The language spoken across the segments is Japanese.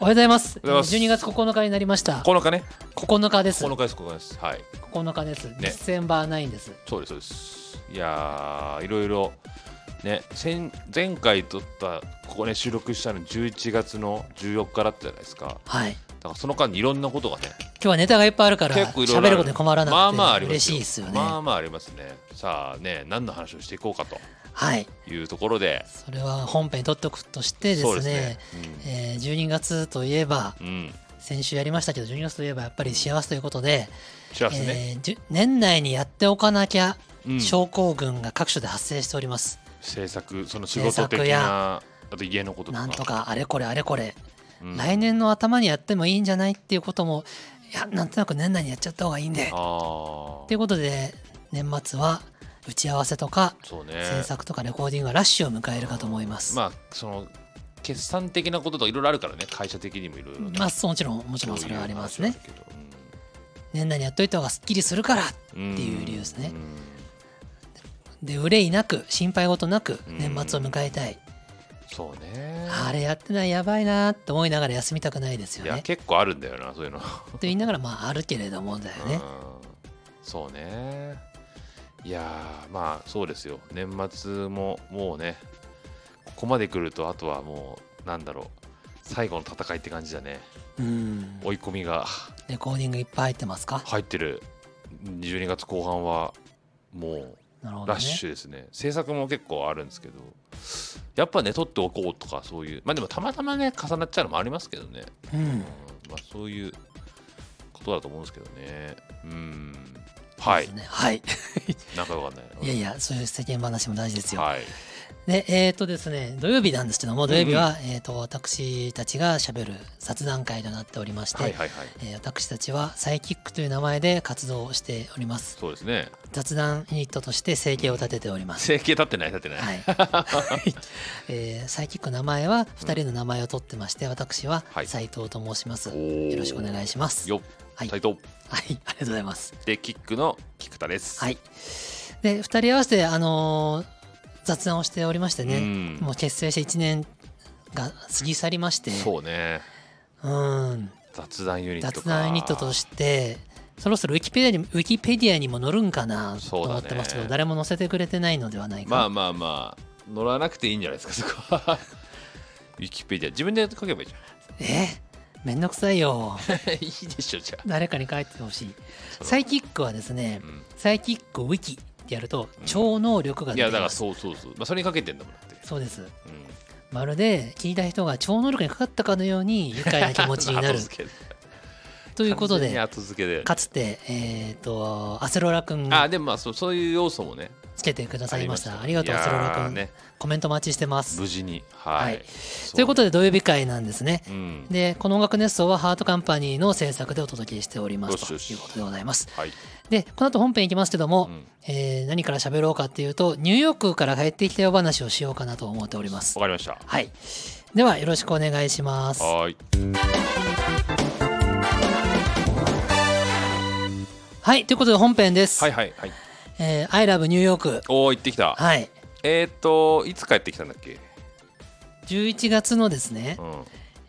おはようございます。おはようござい12月9日になりました。 9日ね。 9日です。 9日です、9日です。はい。 9日です。ディセンバー9です。そうです、そうです。いやー、いろいろ、ね、先前回撮った、ここね、収録したの11月の14日だったじゃないですか。はい。だからその間にいろんなことがね、今日はネタがいっぱいあるから、結構いろいろある喋ることに困らなくて、まあまあありますよ嬉しいですよね。まあまあありますね。さあね、何の話をしていこうかとはい。いうところで、それは本編に取っておくとしてですそね、うですね。えー12月といえば、うん。うん先週やりましたけど、12月といえばやっぱり幸せということで、幸せね、えーじゅ年内にやっておかなきゃ、うん、症候群が各所で発生しております。制作その仕制事作的やなあと家のこととなかんとかあれこれあれこれ、うん来年の頭にやってもいいんじゃないっていうことも、いや、なんとなく年内にやっちゃった方がいいんで、あといあうことで年末は打ち合わせとかそうね制作とかレコーディングがラッシュを迎えるかと思います。まあその決算的なこととかいろいろあるからね会社的にもいろいろねまあそうもちろんもちろんそそういれうはありますね話はあるけど年内にやっといた方がすっきりするからうんっていう理由ですねうんで憂いなく心配事なくうん年末を迎えたい、そうねあれやってないやばいなって思いながら休みたくないですいよやねと結構あるんだよなそういうの言いながらまああるけれどもだよねうんそうねいやーまあそうですよ年末ももうねここまで来るとあとはもうなんだろう最後の戦いって感じだねうん追い込みがレコーディングいっぱい入ってますか入ってる12月後半はもなるほうどラねッシュですね制作も結構あるんですけどやっぱね取っておこうとかそういうまあでもたまたまね重なっちゃうのもありますけどね、うんうんまあ、そういうことだと思うんですけどねうんはいそうですねはい なんかわかんないいやいやそういう世間話も大事ですよはいで、えっ、とですね、土曜日なんですけども、土曜日は、えっ、と、私たちが喋る雑談会となっておりまして、はいはいはいえー私たちはサイキックという名前で活動をしております。そうですね雑談ユニットとして生計を立てており ます。整形立ってない立ってない、はい、 えーサイキックの名前は2人の名前を取ってまして、私ははい斉藤と申します。おーよろしくお願いします。よはい、は斉い、藤ありがとうございます。でキックの菊田ですはい。で、2人合わせて、あのー雑談をしておりましてね、うんもう結成して1年が過ぎ去りまして、そうねうん、雑談ユニットか雑談ユニットとして、そろそろウィキペディアにウィキペディアにも載るんかなとそうだね思ってますけど、誰も載せてくれてないのではないか。まあまあまあ乗らなくていいんじゃないですかそこは ウィキペディア自分で書けばいいじえめんどくさいよ。 ゃん いいでしょじゃ誰かに書いてほしい。あサイキックはですねう、んサイキックウィキってやると、超能力がい出やてだきからます。そうそうそう、まあ、それにかけてんだもんだって、そうです。うん、まるで聞いた人が超能力にかかったかのように愉快な気持ち になる後。付けということ完全にで、後付けでかつて、えっ、と、アセロラ君あがでもまあそうそういう要素もねつけてくださいました。あありりがまとしう、たアセロラいやー君。ねコメント待ちしてます無。事にはい、はいということで、で土曜日会なんですね。うん、で、この音楽熱奏はハートカンパニーの制作でお届けしておりまよしすとよしいうことでございます。はい、で、この後本編いきますけども、うんえー何から喋ろうかっていうと、ニューヨークから帰ってきたお話をしようかなと思っておりますわ。かりましたはい。では、よろしくお願いします。はーいはい、ということで本編です。はいはいはいえー I love New York。おお行ってきたはい。えーっといつ帰ってきたんだっけ11月のですねう。ん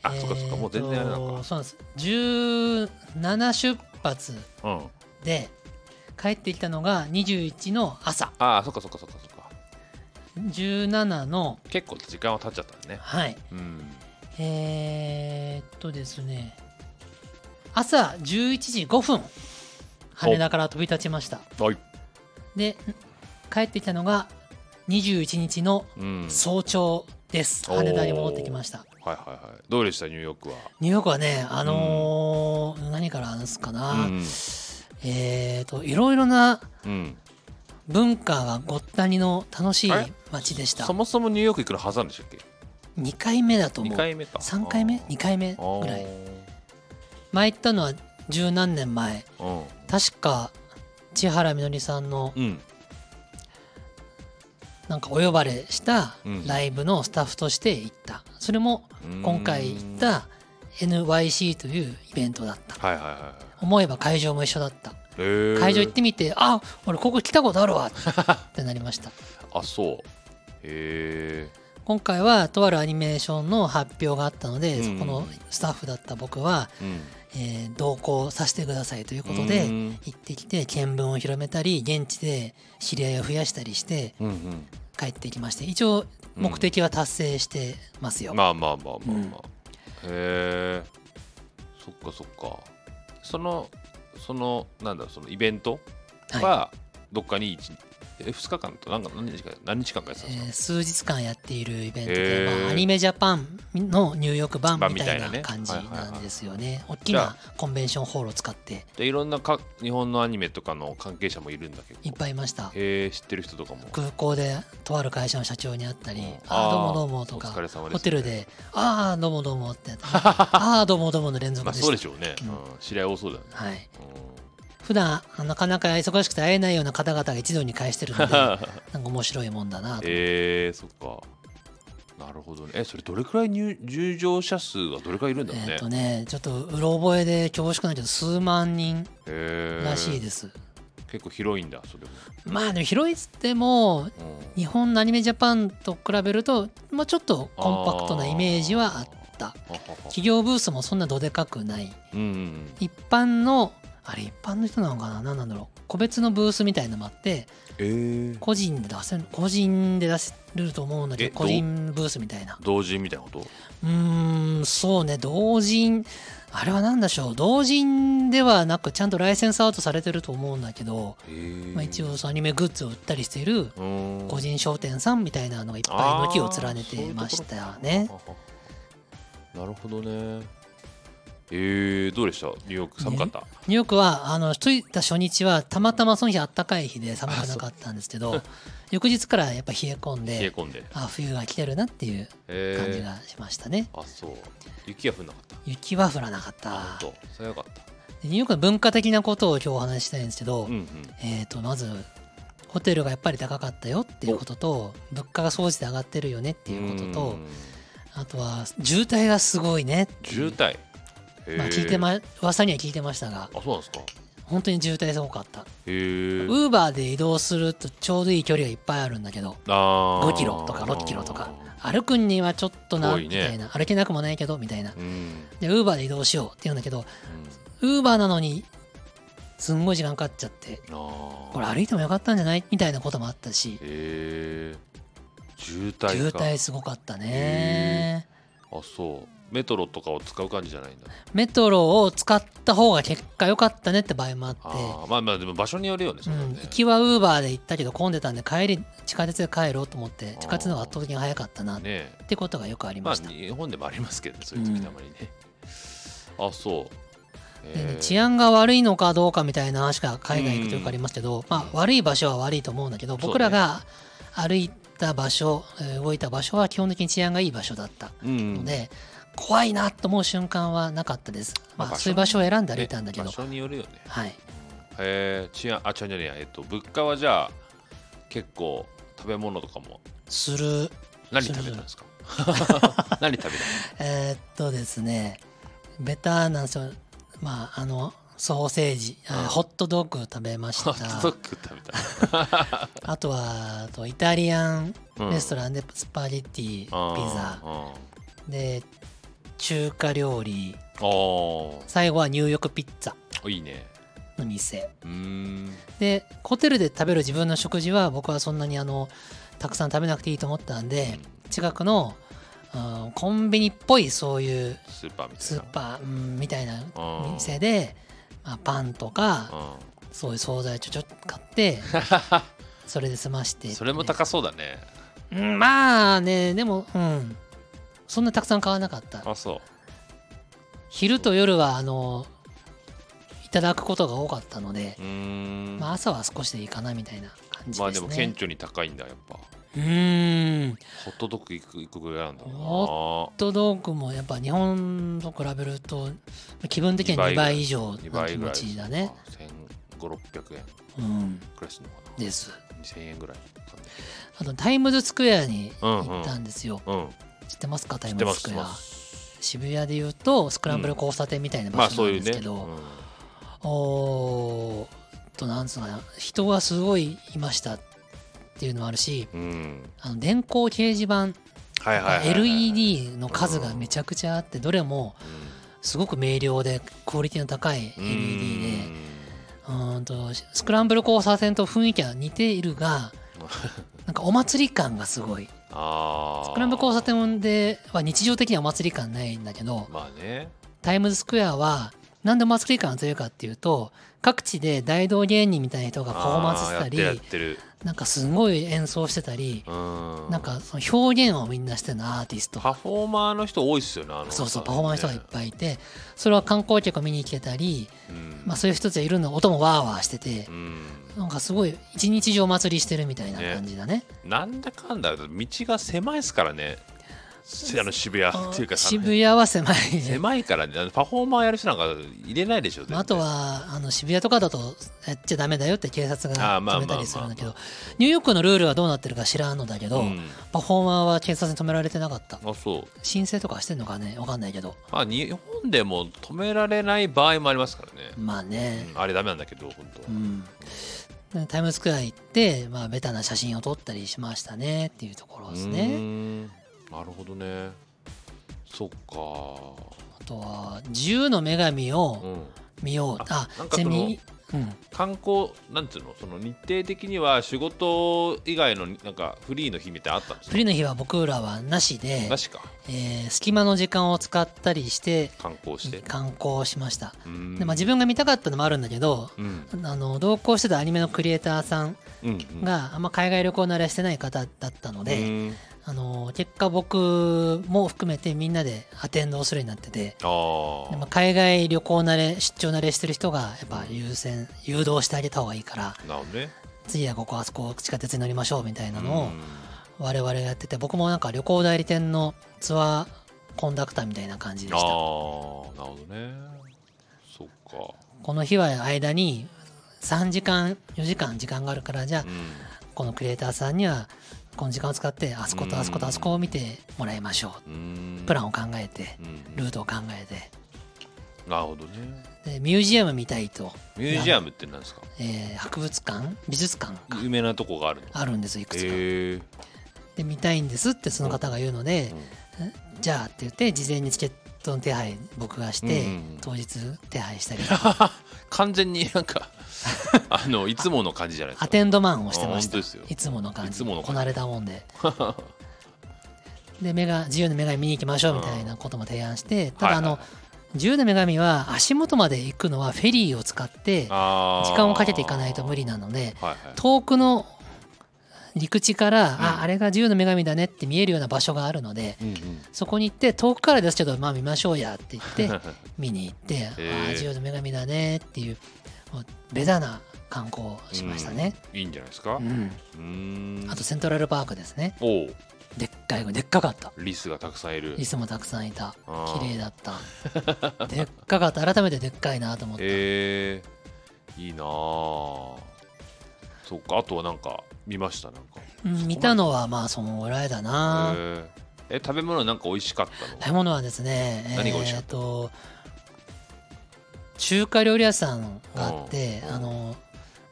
あ、そっかそっかもう全然あれなえーのとそうなんです。17出発かうんで、帰ってきたのが21の朝。ああそっかそっかそっかそっか17の、結構時間は経っちゃったねはい、うんえー、っとですね、朝11時5分、羽田から飛び立ちました。はいで、帰ってきたのが21日のうん早朝です。おー羽田に戻ってきました。はいはいはいどうでしたニューヨークはニューヨークはね、あのー何から話すかな、うんえー、っと、いろいろなうん文化がごったにの楽しいあれ街でしたそ。もそもニューヨーク行くの挟んでしたっけ2回目だと思2う。回目か3回目 ?2 回目ぐらい。前行ったのは十何年前。うん確か千原みのりさんのうんなんかお呼ばれしたうんライブのスタッフとして行ったそれも今回行った NYC というイベントだったはいはいはい思えば会場も一緒だったへー会場行ってみてあ 俺ここ来たことあるわってなりましたあそうへえ今回はとあるアニメーションの発表があったので、うんそこのスタッフだった僕は、うんえー同行させてくださいということうでん行ってきて見聞を広めたり現地で知り合いを増やしたりしてうんうん帰ってきまして一応目的は達成してますよ。まあまあまあまあまうあ、んへえそっかそっかそのそのなんだそのイベントはいはどっかに一え2日間となんか何日か何日間かやってたんですか、えー数日間やっているイベントへで、ーまあ、アニメジャパンの入浴版版みみたたいいななね感じなんですよね。大きじゃなコンベンションホールを使ってでいろんなか日本のアニメとかの関係者もいるんだけどいっぱいいました。へえ知ってる人とかも空港でとある会社の社長に会ったりうん「あああーどうもどうも」とおか疲れ様ですホテルで「ああどうもどうも」ってや って「ああどうもどうも」の連ま続あでそうでししょうね、ううんん知り合い多そうだよね、た。はい、う普段なかなか忙しくて会えないような方々が一堂に会して るのでなんか面白いもんだなと、えー、そっかなるほどねえそれどれくらい入入場者数はどれくらいいるんだろうえねっ、とねちょっとうろ覚えで恐縮なんだけど数万人えらしいです。結構広いんだそれも、まあでも広いっつってもうん日本のアニメジャパンと比べると、まあ、ちょっとコンパクトなイメージはあったあはは企業ブースもそんなどでかくないうんうん一般のあれ一般の人なのかな何なんだろう個別のブースみたいのもあってえー、個人で出せる個人で出せると思うんだけえどど個う人ブースみたいな同人みたいなことうーんそうね同人あれは何でしょう同人ではなくちゃんとライセンスアウトされてると思うんだけど、えーまあ、一応そのアニメグッズを売ったりしているうん個人商店さんみたいなのがいっぱい軒を連ねてましたねあー。そういうところなるほどねえー、どうでしたニューヨーク寒かった、ニューヨークはあの着いた初日はたまたまその日あったかい日で寒くなかったんですけど 翌日からやっぱ冷え込ん冷えで込んであ冬が来てるなっていうえー感じがしましたね。あそう雪が降んなかった雪は降らなかった。本当それはよかったでニューヨークの文化的なことを今日お話ししたいんですけど、うんうんえー、とまずホテルがやっぱり高かったよっていうことと物価が総じて上がってるよねっていうことうとんあとは渋滞がすごいねっていう渋滞へーまあ聞いてま噂には聞いてましたがあそうなんですか本当に渋滞すごかったへえウーバーで移動するとちょうどいい距離がいっぱいあるんだけどあー5キロとか6キロとか歩くにはちょっとな遠いみねたいな、歩けなくもないけどみたいなうん、うんでウーバーで移動しようって言うんだけどウーバーなのにすんごい時間かかっちゃってあーこれ歩いてもよかったんじゃないみたいなこともあったしへえ渋滞か渋滞すごかったねあそうメトロとかを使う感じじゃないんだメトロを使った方が結果良かったねって場合もあってあーまあまあでも場所によるよねうそれはん、ね行きはウーバーで行ったけど混んでたんで帰り地下鉄で帰ろうと思ってー地下鉄の方が圧倒的に早かったなっねてことがよくありままあした、日本でもありますけどねそういう時たまにね、あそうでねへー治安が悪いのかどうかみたいな話が海外行くとよくありますけど、まあ、悪い場所は悪いと思うんだけどそうね僕らが歩いた場所、えー動いた場所は基本的に治安がいい場所だったうんので、怖いなと思う瞬間はなかったです、まあまあ場所そういう場所を選んで歩いたんだけど、ね場所によるよねはい、へえ治安あ違うじゃねえやえっと物価はじゃあ結構食べ物とかもする何食べたん ですか何食べたえーっとですねベタなんですよまああのソーセージ、あうんホットドッグ食べまし のホたットドッグ食べたあとはあとイタリアンうんレストランでスパゲッティ、あーピザあで中華料理ー最後は入浴ピッツァあーいいねの店うーんでホテルで食べる自分の食事は僕はそんなにあのたくさん食べなくていいと思ったんで近くの、うんコンビニっぽいそういうスーパーみたいスなーパー、うんみたいなうん店で、まあ、パンとかそういう惣菜ちょちょっと買って それで済まして、うんそれも高そうだねうんまあねでもうんそんなたくさん買わなかったあそ昼と夜はあのいただくことが多かったのでううー、んまあ、ま朝は少しでいいかなみたいな感じですねあでも顕著に高いんだやっぱうーんホホットドッグいくいくぐらいなんだろうなホットドッグもやっぱ日本と比べると気分的には2倍以上2の倍気ぐ持らいちだね、 1500600円うん、くらいするのかなです2000円ぐらいかんないあとタイムズスクエアにうんうん行ったんですよ、うん知ってますかタ知イってムまズすスク知ってエアます渋谷で言うとスクランブル交差点みたいなま場あ所そうなんでいうすねけど、うんおーっとなんつうのかな人がすごいいましたっていうのもあるしうんあの電光掲示板ははいはいはいはい LED の数がめちゃくちゃあってどれもすごく明瞭でクオリティの高い LED でうーんとスクランブル交差点と雰囲気は似ている がなんかお祭り感がすごいあスクランブル交差も点では日常的にはお祭り感ないんだけどまあねタイムズスクエアはなんでお祭り感が強いかっていうと各地で大道芸人みたいな人がパフォーマンスしあーたりやってるやってるなんかすごい演奏してたりうんなんかその表現をみんなしてるのアーティストパフォーマーの人多いっすよねあのそうそうパフォーマーの人がいっい、ぱいいてそれは観光客見に行けたり、うんまあ、そういう人たちがいるの音もワーワーしててうんなんかすごい一日中お祭りしてるみたいな感じだね。なんだかんだ道が狭いっすからねせあの渋谷っていうか渋谷は狭いね狭いからねあのパフォーマーやる人なんか入れないでしょ全ま然あ、あとはあの渋谷とかだとやっちゃダメだよって警察あーがまあ止めたりするんだけまどニューヨークのルールはどうなってるか知らんのだけど、うんパフォーマーは警察に止められてなかったあそう申請とかしてんのかねわかんないけどまあ日本でも止められない場合もありますからね、まあね、うんあれダメなんだけど本当、うん、でタイムズスクエア行って、まあ、ベタな写真を撮ったりしましたねっていうところですうーね。んなるほどねそっかあとは自由の女神うをん見よう。ああなん、かちそなのみに、うん、観光なんていうのその日程的には仕事以外のなんかフリーの日みたいなのあったんですフリーの日は僕らはなしでな、しかえー隙間の時間を使ったりして観光して観光しました。うんでまあ、自分が見たかったのもあるんだけど、うんあの同行してたアニメのクリエイターさんうんうんがあんま海外旅行慣れしてない方だったので、うんあの結果僕も含めてみんなでアテンドをするようになってて、あーでまあ海外旅行慣れ出張慣れしてる人がやっぱ優先誘導してあげた方がいいからなるほどね次はここあそこ地下鉄に乗りましょうみたいなうのんを我々がやってて僕もなんか旅行代理店のツアーコンダクターみたいな感じでああしたーなるほどねそっかこの日は間に3時間4時間時間があるからじゃあうんこのクリエイターさんにはこの時間を使ってあそことあそことあそこを見てもらいましょうんうプランを考えてうんうんルートを考えてなるほどねでミュージアム見たいとミュージアムって何ですかえー博物館美術館か有名なとこがあるのあるんですよいくつか。へえで見たいんですってその方が言うので、じゃあって言って事前にチケットの手配僕がして、うんうんうん当日手配したりと か完全にな んかあのいつもの感じじゃないですアかテンドマンをしてましあ本当たですよいつもの感じいつもの感じこなれたもん でで目が自由の女神見に行きましょうみたいなことも提案してただあの、はいはい自由の女神は足元まで行くのはフェリーを使って時あー間をかけていかないと無理なのではいはい遠くの陸地から、うんああれが自由の女神だねって見えるような場所があるので、うんうんそこに行って遠くからですけどまあ見ましょうやって言 って見に行って「あへえあ自由の女神だね」っていうもうベタな観光をしましたね、うんいいんじゃないですかううんーんあとセントラルパークですねおうでっかいでっかかったリスがたくさんいるリスもたくさんいたあー綺麗だったでっかかった改めてでっかいなと思った、へえいいなあそっかあとはなんか見ましたなんかうん、見たのはまあそのぐらいだなへええ食べ物なんか美味しかったの食べ物はですね何が美味しかったえーと中華料理屋さんがあって、うんあの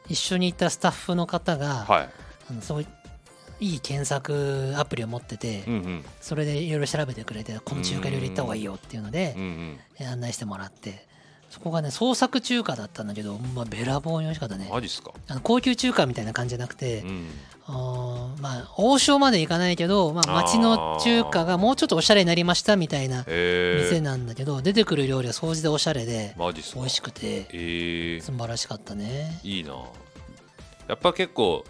一緒に行ったスタッフの方が、はいあのそういいい検索アプリを持ってて、うんうんそれでいろいろ調べてくれてこの中華料理行った方がいいよっていうのでうんう、んえ案内してもらってそこがね創作中華だったんだけど、まあ、べらぼうに美味しかったねマジっすかあの高級中華みたいな感じじゃなくて、うんうーんまあ王将まで行かないけど、まあ、町の中華がもうちょっとおしゃれになりましたみたいなへ店えなんだけど出てくる料理は掃除でおしゃれでマジっすか美味しくてええ素晴らしかったねいいなやっぱ結構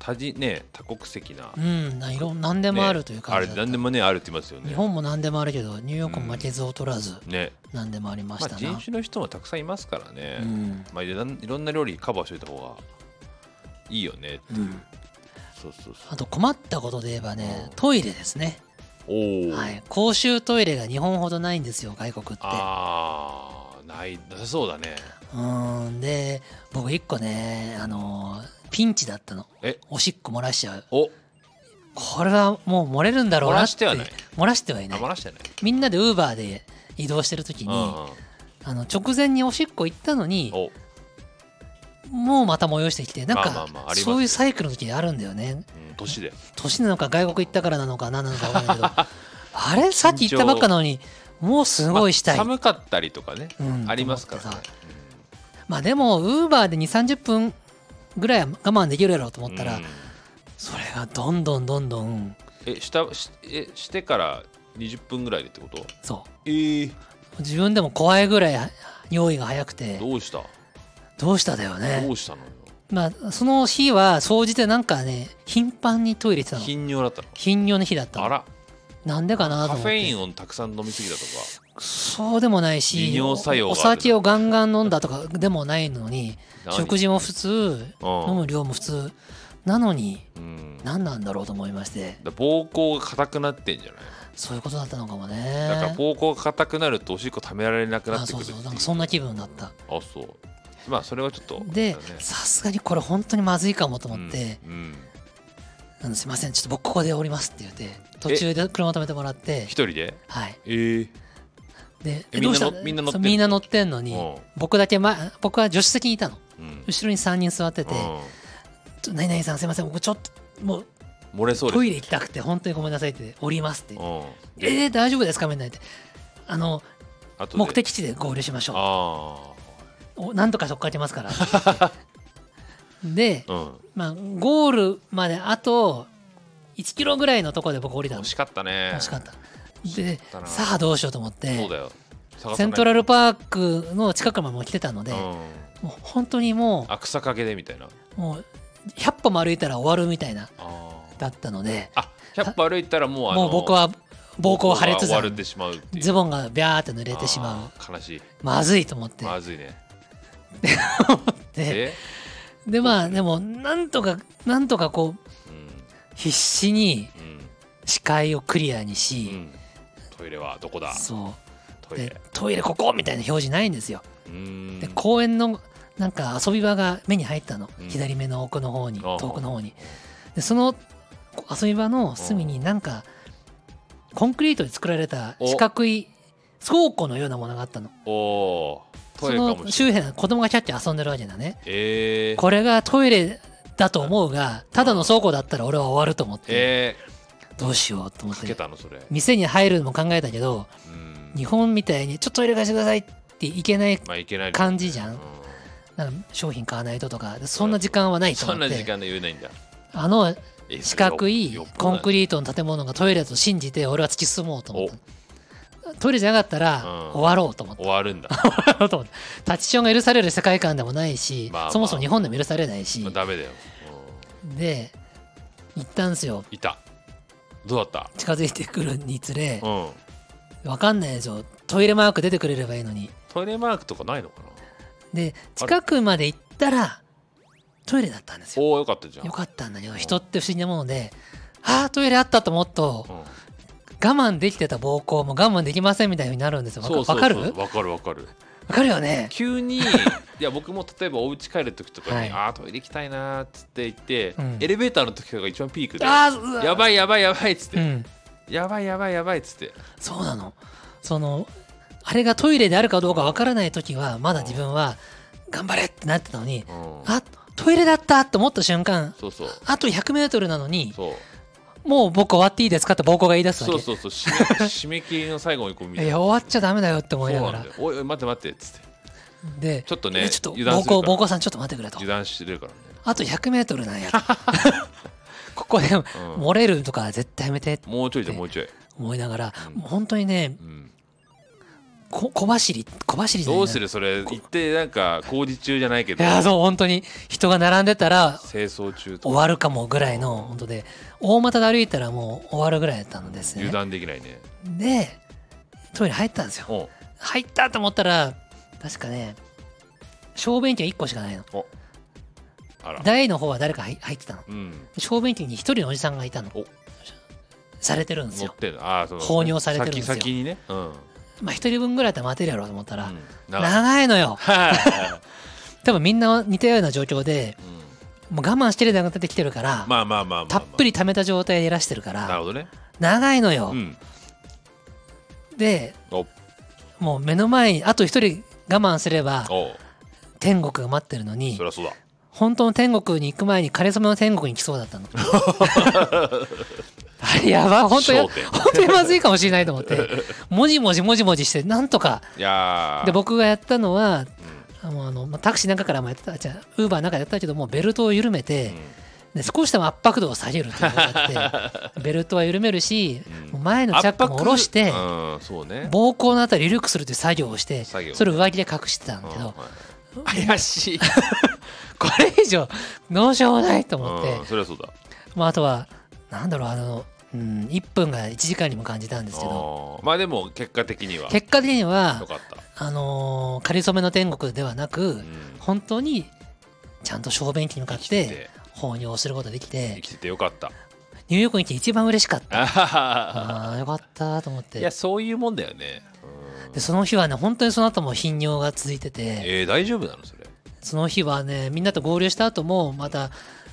多人ね多国籍な、うんないろん何でもあるというあ感れじだった、何でもねあるって言いますよね日本も何でもあるけどニューヨークも負けず劣らずね何でもありまましあた人な、種の人もたくさんいますからね、うんまあいろんいろんな料理カバーしといた方がいいよねうん、そうそうそあと困ったことで言えばねうんトイレですね、うおお、はい、公衆トイレが日本ほどないんですよ外国ってあーないなさそうだねうーんで僕一個ねあのーピンチだったのえおしっこ漏らしちゃうおこれはもう漏れるんだろうなって漏らしてはない漏らしてはいない余らしてないみんなでウーバーで移動してる時にうんうんあの直前におしっこ行ったのにおもうまた催してきてなんまあまあかまあありますそういうサイクルの時あるんだよねうん、年で年なのか外国行ったからなのか何なのか分かんない けどあれさっき行ったばっかなのにもうすごいしたい、まあ寒かったりとかね、うんありますからとね思ってさまあでもウーバーで2 3 0分ぐらいは我慢できるやろうと思ったら、うんそれがどんどんどんどんえしたしえしてから20分ぐらいでってことそええう自分でも怖いぐらい用意が早くてどうしたどうしただよどねうしたのよまあその日は総じてなんかね頻繁にトイレ行ってたの頻尿だったの頻尿の日だったあのらなんでかなとカ思っフてェインをたくさん飲みすぎたとかそうでもないし利尿作用があおる酒をガンガン飲んだとかでもないのに何食事も普通うん飲む量も普通なのにうんだか何なんだろうと思いましてら膀胱が硬くなってんじゃないそういうことだったのかもだからね膀胱が硬くなるとおしっこ溜められなくなあってそくるうっていそうなんかそんな気分だったあそうまあそれはちょっとでだねさすがにこれ本当にまずいかもと思ってうんうん「あのすいませんちょっと僕ここで降ります」って言って途中で車止めてもらって一人ではいええでええどうしたみんな乗そうみみんんなな乗ってんのにうん僕だけ前僕は助手席にいたのうん後ろに3人座っててう「ちょ何々さんすいません僕ちょっともうん漏れそうですトイレ行きたくて本当にごめんなさいって降りますってうんえでー、大丈夫ですかみんなってあの後で目的地で合流しましょあうおなんとかそこから行けますから って言ってで、あうんまあ、ゴールまであと1キロぐらいのところで僕降りたの惜しかったね惜しかったで惜しかったなさあどうしようと思っそうだてよ探さないとセントラルパークの近くまでもう来てたので、うんもう本当にもあ草陰でみたいなうもう100歩も歩いたら終わるみたいなあーだったのであ100歩歩いたらもうあのもう僕は膀胱破裂終わされてしまうっていうズボンがビャーって濡れてしまうあー悲しいまずいと思ってまずいねでででまあでもなんとかなんとかこううん必死に視界をクリアにうんうし、んトイレはどこだそトうイレでトイレここみたいな表示ないんですよ、うーんで公園のなんか遊び場が目に入ったの、うん左目の奥の方にあー遠くの方にでそのこ遊び場の隅になんかコンクリートで作られた四角い倉庫のようなものがあったのおおートそイレかものし周れない辺子供がキャッチャー遊んでるわけだねえーこれがトイレだと思うがただの倉庫だったら俺は終わると思って、えどうしようとー思っかけてたのそれ店に入るのも考えたけどうん日本みたいにちょっとトイレ貸してくださいっていけないまあいけない感じじゃんうなんか商品買わないととかそんな時間はないとそん思なっ時て間で言えないんだあのえ四角いコンクリリートの建物がトイレだと信じて俺は突き進もうと思ったトイレじゃなかったうんら終わろうと思 って終わるんだ終わろうと思ってタッチションが許される世界観でもないしまあまあそもそも日本でも許されないしまあダメだよで行ったんですようんいたどうだった近づいてくるにつれうんわかんないですよトイレマーク出てくれればいいのにトイレマークとかないのかなで近くまで行ったらトイレだったんですよおおよかったじゃんよかったんだけどん人って不思議なものでああトイレあったと思うとうん我慢できてた膀胱も我慢できませんみたいになるんですよわかそうわそうかそうるわわかるわかるかるよ ね 急にいや僕も例えばお家帰る時とかに、はいああトイレ行きたいなーっつって言って、うんエレベーターの時とかが一番ピークでやあーうわばいやばいやばいっつって、うんやばいやばいやばいっつってそうなのそのあれがトイレであるかどうかわからない時はまだ自分は頑張れってなってたのにうんあトイレだったと思った瞬間そうそうあと 100m なのにそうもう僕終わっていいですかって膀胱が言い出すわけそうそうそう 締め締め切りの最後にこうみたいいなや終わっちゃダメだよってそ思ういながならんだよおいおい待って待ってっつってでちょっとねいやちょっと油断暴する行から暴行さんちょっと待ってくれと油断してるからねあと 100m なん やここで漏れるとか絶対やめてってもうちょいじゃもうちょい、思いながらうんもう本当にねうん、こ小走り小走りじゃないなどうするそれ行ってなんか工事中じゃないけいどやそう本当に人が並んでたら清掃中と終かわるかもぐらいの本当で大股で歩いたらもう終わるぐらいだったんです油ね断できないねでトイレ入ったんですよお入ったと思ったら確かね小便器が1個しかないのおあら台の方は誰か入入ってたのうん小便器に一人のおじさんがいたのおされてるんです乗よってんのああそう放尿されてるんですよ先先にねうん、うん、まあ一人分ぐらいだったら待てるやろうと思ったら、な長いのよは多分みんな似たような状況でい、 うんもう我慢してるなくなってきてるから、まあまあまあまあ、まあ、たっぷり溜めた状態でいらしてるかなるらほどね長いのよう、んでおもう目の前にあと一人我慢すればお天国が待ってるのにそりゃそうだ本当の天国に行く前に仮初めの天国に来そうだ ったのあれやばい本当や焦点本当にまずいかもしれないと思って もじもじもじもじしてなんとかいやーで僕がやったのはうあのあのまあタクシーなんかからもやってたじゃウーバーなんかやってたけどもベルトを緩めてん、うんで少しでも圧迫度を下げるっていうのがあって ベルトは緩めるしうんもう前のチャックも下ろして圧迫うんそうね膀胱のあたりリルックするという作業をして作業それを上着で隠してたんだけうんどはい怪しいこれ以上どうしようもないと思ってうんそりゃそうだまあ、あとはなんだろうあの、うん、1分が1時間にも感じたんですけどあーまあでも結果的には結果的にはよかったあのー、仮初めの天国ではなく、うん本当にちゃんと小便器に向かっ生きててて放尿することができ生てきててよか ったニューヨークに行って一番嬉しかったあははあーよかったと思っいてやそういうもんだよね、うんでその日はね本当にその後も頻尿が続いててえー、大丈夫なのそれその日はねみんなと合流した後もまた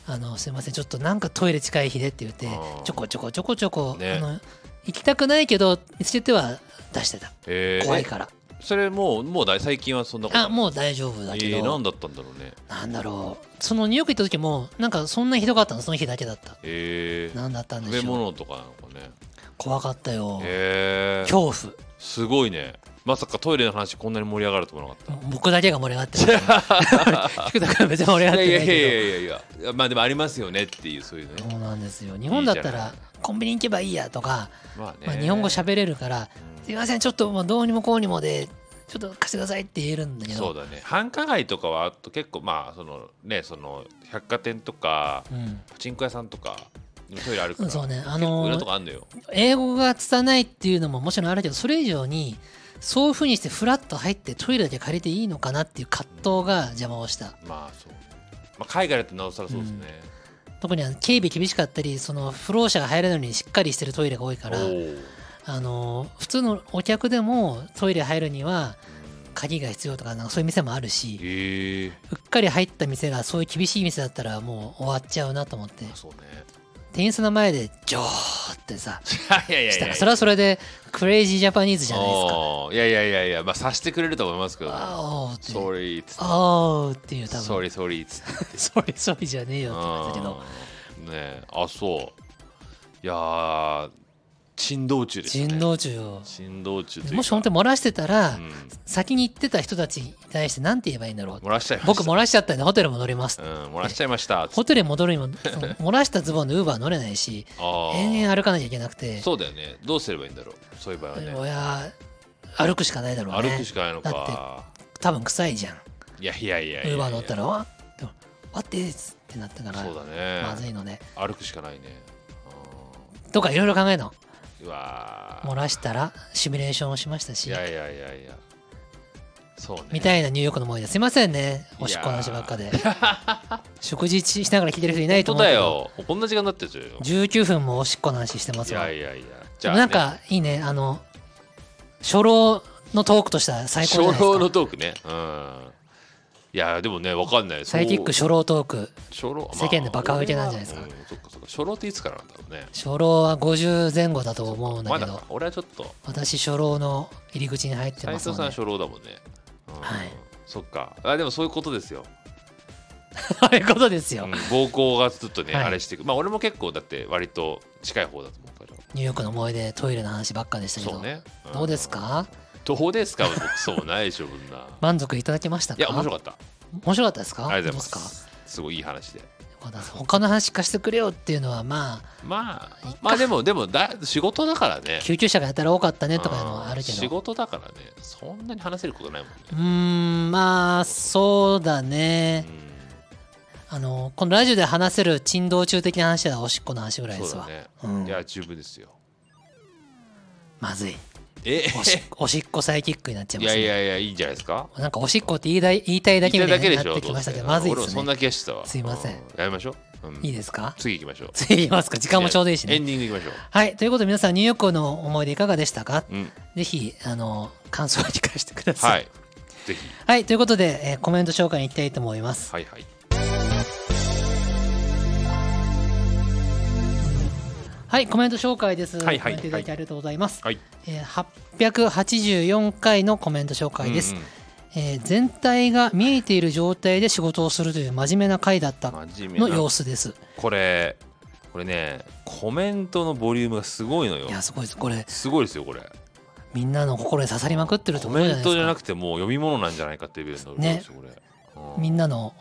あのすいませんちょっとなんかトイレ近い日でって言ってあーちょこちょこちょこちょこ、ねあの行きたくないけど見つけては出してたえー、怖いから。えそれもうもうだい最近はそんなことあうもう大丈夫だけえー、など、んだったんだろうねなんだろうそのニューヨーク行った時もなんかそんなひどかったのその日だけだったえー、何だったん食でべしょう物とかなのかね怖かったよ、えー、恐怖すごいねまさかトイレの話こんなに盛り上がると思わなかっ僕だけが盛り上が ってる菊田君は別に盛り上がったていやないいやいやいいやいやいやまあでもありますよねっていうそういうのけどねそうなんですよ日本だったいいじゃらないコンビニ行けばいいやとかまあね、まあ、日本語喋れるから「すいませんちょっともうどうにもこうにもでちょっと貸してください」って言えるんだけどそうだね繁華街とかはあと結構まあそのねその百貨店とかうんパチンコ屋さんとかにもトイレあるからそうねあ結構いろんなのとこあんのよ英語が拙いっていうのももちろんあるけどそれ以上にそういうふうにしてフラッと入ってトイレだけ借りていいのかなっていう葛藤が邪魔をしたまあそう、まあ、海外だってなおさらそうですね、特にあの警備厳しかったりその不老者が入れるのにしっかりしてるトイレが多いからおーあの普通のお客でもトイレ入るには鍵が必要とかなんかそういう店もあるうんしへえうっかり入った店がそういう厳しい店だったらもう終わっちゃうなと思ってそう ね店員さんの前でジョーってさいやいやしいたらやそれはそれでクレイジージャパニーズじゃないですかおーいやいやいやいやまあ察してくれると思いますけどねあおーって Sorry っつってあーっていう多分 Sorry Sorry っつって それそれじゃねえよって言われたけどうんねえあそういやー珍道中でしたね人道中よ珍道中というかもし本当に漏らしてたら、うん先に行ってた人たちに対して何て言えばいいんだろう漏らしちゃいました僕漏らしちゃったんでホテル戻ります、うん、漏らしちゃいましたホテルに戻る にもその漏らしたズボンでウーバー乗れないしあー延々歩かなきゃいけなくてそうだよねどうすればいいんだろうそういう場合はね親歩くしかないだろうね歩くしかないのか多分臭いじゃんいやいやいやいウやーバー乗ったらわっでも「What is?」ってなったからそうだねまずいので歩くしかないねとかいろいろ考えのうんうわー漏らしたらシミュレーションをしましたいしやいやいやいやそうねみたいなニューヨークの思いですいませんねおしっこの話ばっか で食事しながら聞いてる人いないと本当思うだけどよこんな時間になってるよ19分もおしっこの話してまいすわやいやいでやじゃもあねなんかいいねあの初老のトークとしたら最高じゃない初ですか老のトークねうんいやでもねわかんないサイキックそ初う老トーク初老世間でバカ受けなんじゃないですか俺はうんそっかそっか初老っていつからなんだろうね初老は50前後だと思うんだまけだどか俺はちょっと私初老の入り口に入って斉ます藤のさんで 初老だもんね、うんはいそっかあでもそういうことですよ、そういうことですうよん、暴行がずっとね、はいあれしていくまあ俺も結構だって割と近い方だと思うからニューヨークの思い出トイレの話ばっかでしたけそどうね、んどうですかどうですか僕そうもないでしょそんな満足いただけましたかいや面白かった面白かったですかありがとうございどまうですすごいいい話でかまだ他の話貸してくれよっていうのはままあまあでもでもだ仕事だからねあ救急車がやったら多かったねとかいうのはあるけうんど仕事だからねそんなに話せることないもんねうーんまあそうだねあのこのラジオで話せる珍道中的な話はおしっこの話ぐらいうんですそうだわ、ね、うんいや十分ですよま ずいえおしおしっこサイキックになっちゃいいますやねいやいやいいんじゃないですかなんかおしっこって言いだい言いたいだけみたいになってきましたけどまずいで俺もすそんねな気がしてたわすいませんうやめましょう、うんいいですか次行きましょう次いきますか時間もちょうどいいしエねンディング行きましょはいということで皆さんニューヨークの思い出いかがでしたかう、うん、ぜひあの感想を聞かせてください、はいぜひはい、ということで、えーコメント紹介に行きたいと思います。はいはいはい、コメント紹介です。はいはいコメントいただきありがとうございます。はいえー884回のコメント紹介です。うんうんえー全体が見えている状態で仕事をするという真面目な回だった真面の目な様子です。これこれねコメントのボリュームがすごいのよいやすごいですこれすごいですよこれみんなの心に刺さりまくってるとコころじゃメないでントすじゃかなくてもう読み物なんじゃないかっていうレベルのねこれ、うみんなの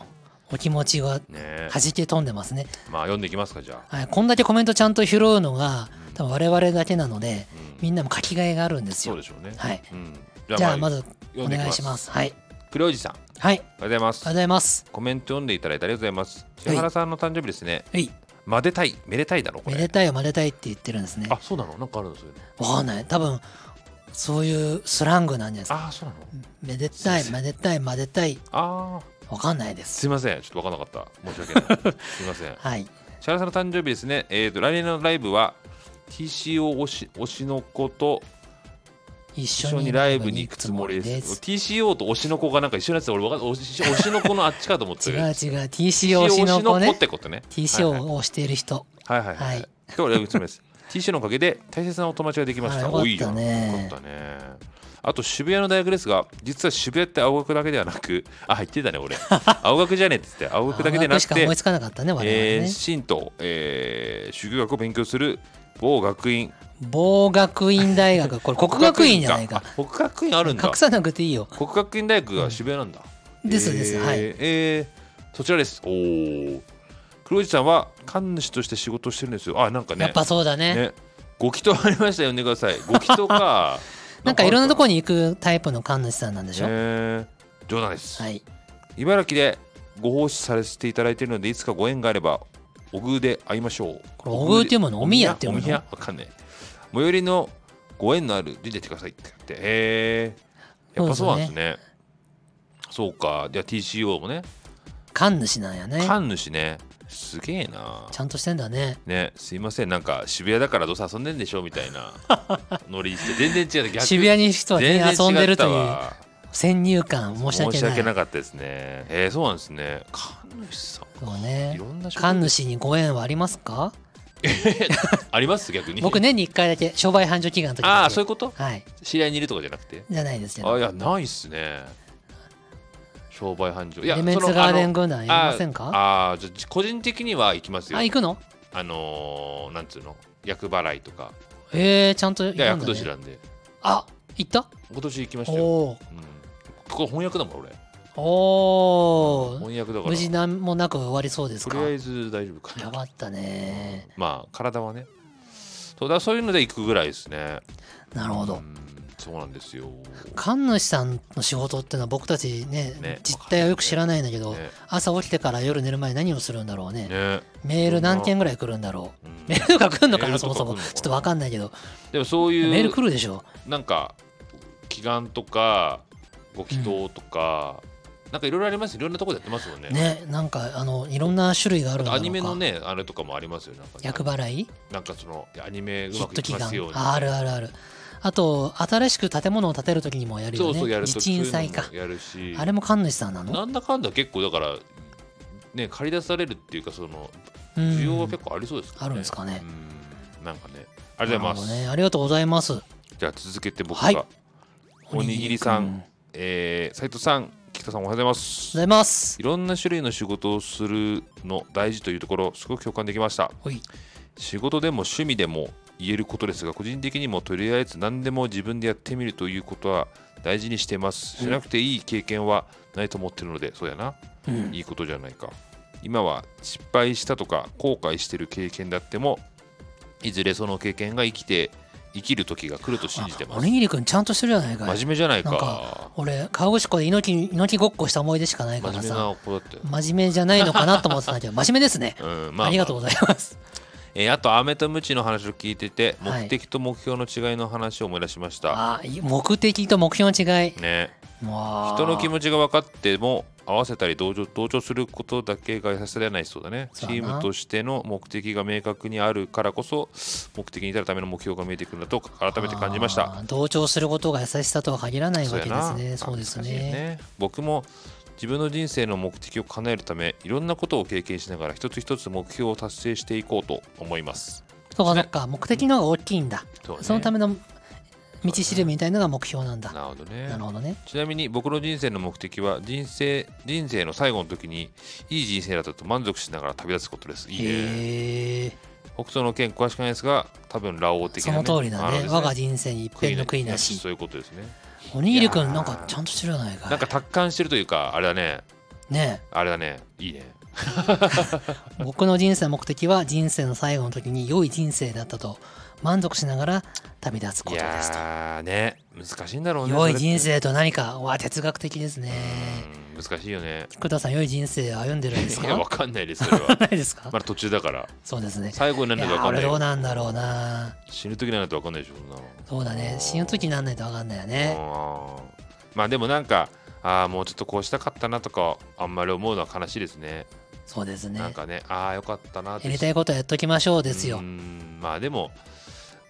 お気持ちがね弾け飛んでますね、まあ読んでいきますかじゃあ、はい、こんだけコメントちゃんと拾うのが多分我々だけなのでうんみんなも書き換えがあるんですそうよでしょうね、はいうん、じゃあまずずお願いしますはい黒おじさんおははよいありがうございますとうございますコメント読んでいただいてありがとうございますはい千原さんの誕生日ですねはいめでたいめでたいだろこめれでたいはめでたいって言ってるんですねあそうなのなんかあるんですよねわかんない多分そういうスラングなんじゃないですかあそうなのめでたいすいめでたいめでたいあーわかんないですすいませんちょっと分かんなかった申し訳ない すいませんはい千原さんの誕生日ですね。えー、と来年のライブは TCO 推し推しの子と一一緒緒ににライブに行くつもりです。TCO と推しの子がなんか一緒のやつで俺分かん推し推しの子のあっちかと思ってた違うけ違うど TCO 推しの子推ねしってことね。 TCO を推している人はいはいはいはい。はい今日はライブつもり です。TCO のおかげで大切なお友達ができました。あおよかったいいねよかったね。あと渋谷の大学ですが、実は渋谷って青学だけではなく、あ、言ってたね、俺。 青学じゃねえって言って、青学だけでなあくしかて思い、つかなかったね我々えねー、神道、えー、修行学を勉強する某学院某学院大学これ国学院じゃないかあ国学院あるんだ隠さなくていいよ国学院大学が渋谷なんだ、ですですえーはいえーそちらですおお黒石さんは神主として仕事してるんですよあなんかねやっぱそうだねねご祈祷ありましたら呼んでくださいご祈祷か なんかいろんなところに行くタイプの神主さんなんでしょえー、冗談です、はい茨城でご奉仕させていただいているのでいつかご縁があればお宮で会いましょうこれお宮っていうものお宮っていうものお宮わかんない最寄りのご縁のある神社行ってくださいって言ってへえやっぱそうなんですねそうかじゃあ TCO もね神主なんやね神主ねすげえなちゃんとしてんだねねすいませんなんか渋谷だからどうせ遊んでんでしょみたい なノリして全然違う逆渋谷にいる人は全員遊んでるというう先入観申し申訳しない訳なかったですねえー、そうなんですね神主さんそういねろんな職業神主にご縁はありますかあります逆に僕年に1回だけ商売繁盛祈願の時だけああそういうことはい知り合いにいるとかじゃなくてじゃないですけどあいやないっすね商売繁盛いやデメンツそのガーデあンの軍団やりませんあかあーじゃあ個人的には行きますよあ行くのあのー、なんつうの厄払いとかえー、ちゃんと行くいんやだ、厄年ね、なんであ行った今年行きましたよ、おうん、ここ翻訳だもん俺おお翻訳だおか無ら事なんもなく終わりそうですとかりあえず大丈夫かよなかったねまあ体はねそうだそういうので行くぐらいですねなるほうどんそうなんですよ、ね、神主さんの仕事っていうのは僕たちねね実態はよく知らないんだけど、ね朝起きてから夜寝る前に何をするんだろうねね、メール何件ぐらい来るんだろううんメールが来るのかメーなルそともそかも来ちるょっと分のかなかんないけどでもそういうメール来るでしょなんか祈願とかご祈祷とか、なんかいろいろありますいろんなところでやってますもんねねなんかあのいろんな種類があるんだろアうかニメのねあれとかもありますよなんか厄払いなんかそのアニメうヒまッくトいき祈ま願すようにああるあるあるあと新しく建物を建てる時にもやるよそうねそうやる地と鎮祭かそういうのもやるしあれも神主さんなのなんだかんだ結構だからね借り出されるっていうかそのうん需要は結構ありそうですからあるんですかねうんなんかねありがとうござないます、るほどねありがとうございますじゃあ続けて僕が、はいおにぎりさおにぎりんえー斉藤さん菊田さんおはようございますございますいろんな種類の仕事をするの大事というところすごく共感できましたほい仕事でも趣味でも言えることですが個人的にもとりあえず何でも自分でやってみるということは大事にしてますしなくていい経験はないと思ってるのでそうやな、うんいいことじゃないか今は失敗したとか後悔してる経験だってもいずれその経験が生きて生きる時が来ると信じてあおますにぎりくんちゃんとしてるじゃないか真面目じゃないかなんか俺河口湖で猪木猪木ごっこした思い出しかないか真ら面目さな子だったよ、真面目じゃないのかなと思ってたん だけど真面目ですねうんまあまありがとうございますえーあと飴とムチの話を聞いててはい目的と目標の違いの話を思い出しました、あいい目的と目標の違いね、もう人の気持ちが分かっても合わせたり同情同調することだけが優しさではないそうだねチそうだなームとしての目的が明確にあるからこそ目的に至るための目標が見えてくるんだと改めて感じましたあー同調することが優しさとは限らないそうわやけですなねそうです難しいよね僕も自分の人生の目的を叶えるためいろんなことを経験しながら一つ一つ目標を達成していこうと思いますそうかそうか目的の方が大きいんだそうねそのための道しるべみたいなのが目標なんだなるほどねなるほどねちなみに僕の人生の目的は人生人生の最後の時にいい人生だったと満足しながら旅立つことですいいねへえ北斗の剣詳しくないですが多分ラオウ的そなね、の通りだあれねです我が人生に一片の悔いなしそういうことですねおにぎりくいやんーなんかちゃんと知らないかいなんか達観してるというかあれだねねあれだねいいねえ 僕の人生の目的は人生の最後の時に良い人生だったと満足しながら旅立つこいとですとやーね難しいんだろうね良いそれって人生と何かは哲学的ですねうん難しいよね菊田さん良い人生歩んでるんですいやわかかんないですそれ はないですかまだ途中だからそうですね最後にないるやのかわー俺かんないどうよなんだろうな死ぬ時になるとわかんないでしょそんなのそうだね死ぬ時になんないと分かんないよねあーまあでもなんかああもうちょっとこうしたかったなとかあんまり思うのは悲しいですねそうですねなんかねああよかったなってやりたいことはやっときましょうですうよんまあでも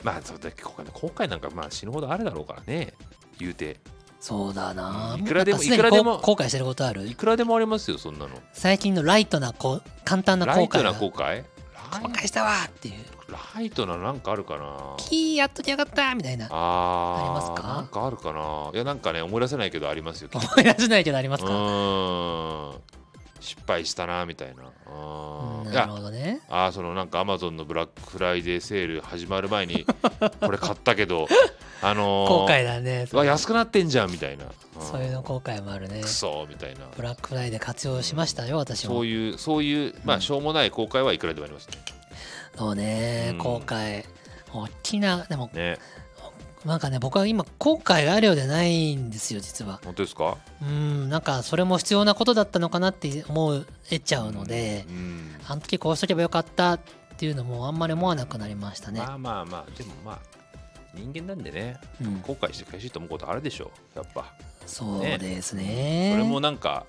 まあそうだ後悔後悔なんかまあ死ぬほどあるだろうからね言うてそうだなうんいくらでもなんかすにいくらでもこう後悔してることあるいくらでもありますよそんなの最近のライトなこう簡単なラ後イト悔なが後悔ライ後悔したわーっていうライトななんかあるかなキーやっときやがったーみたいなああーりますかなんかあるかないやなんかね思い出せないけどありますよきっと思い出せないけどありますうかーん失敗したなみたいなうーんうんないるやほどねあーそのなんかアマゾンのブラックフライデーセール始まる前 にこれ買ったけどあのー、後悔だねうわ安くなってんじゃんみたいな、んそういうの後悔もあるねクソみたいなブラックフライで活用しましたよ私もそういうそういうまうあんしょうもない後悔はいくらでもありますねそうねうん後悔大きなでもねなんかね僕は今後悔があるようでないんですよ実は本当ですかうんなんかそれも必要なことだったのかなって思えちゃうのでうんあの時こうしとけばよかったっていうのもあんまり思わなくなりましたねまあまあまあでもまあ人間なんでねうん後悔して悔しいと思うことあるでしょうやっぱそうですねそれもなんか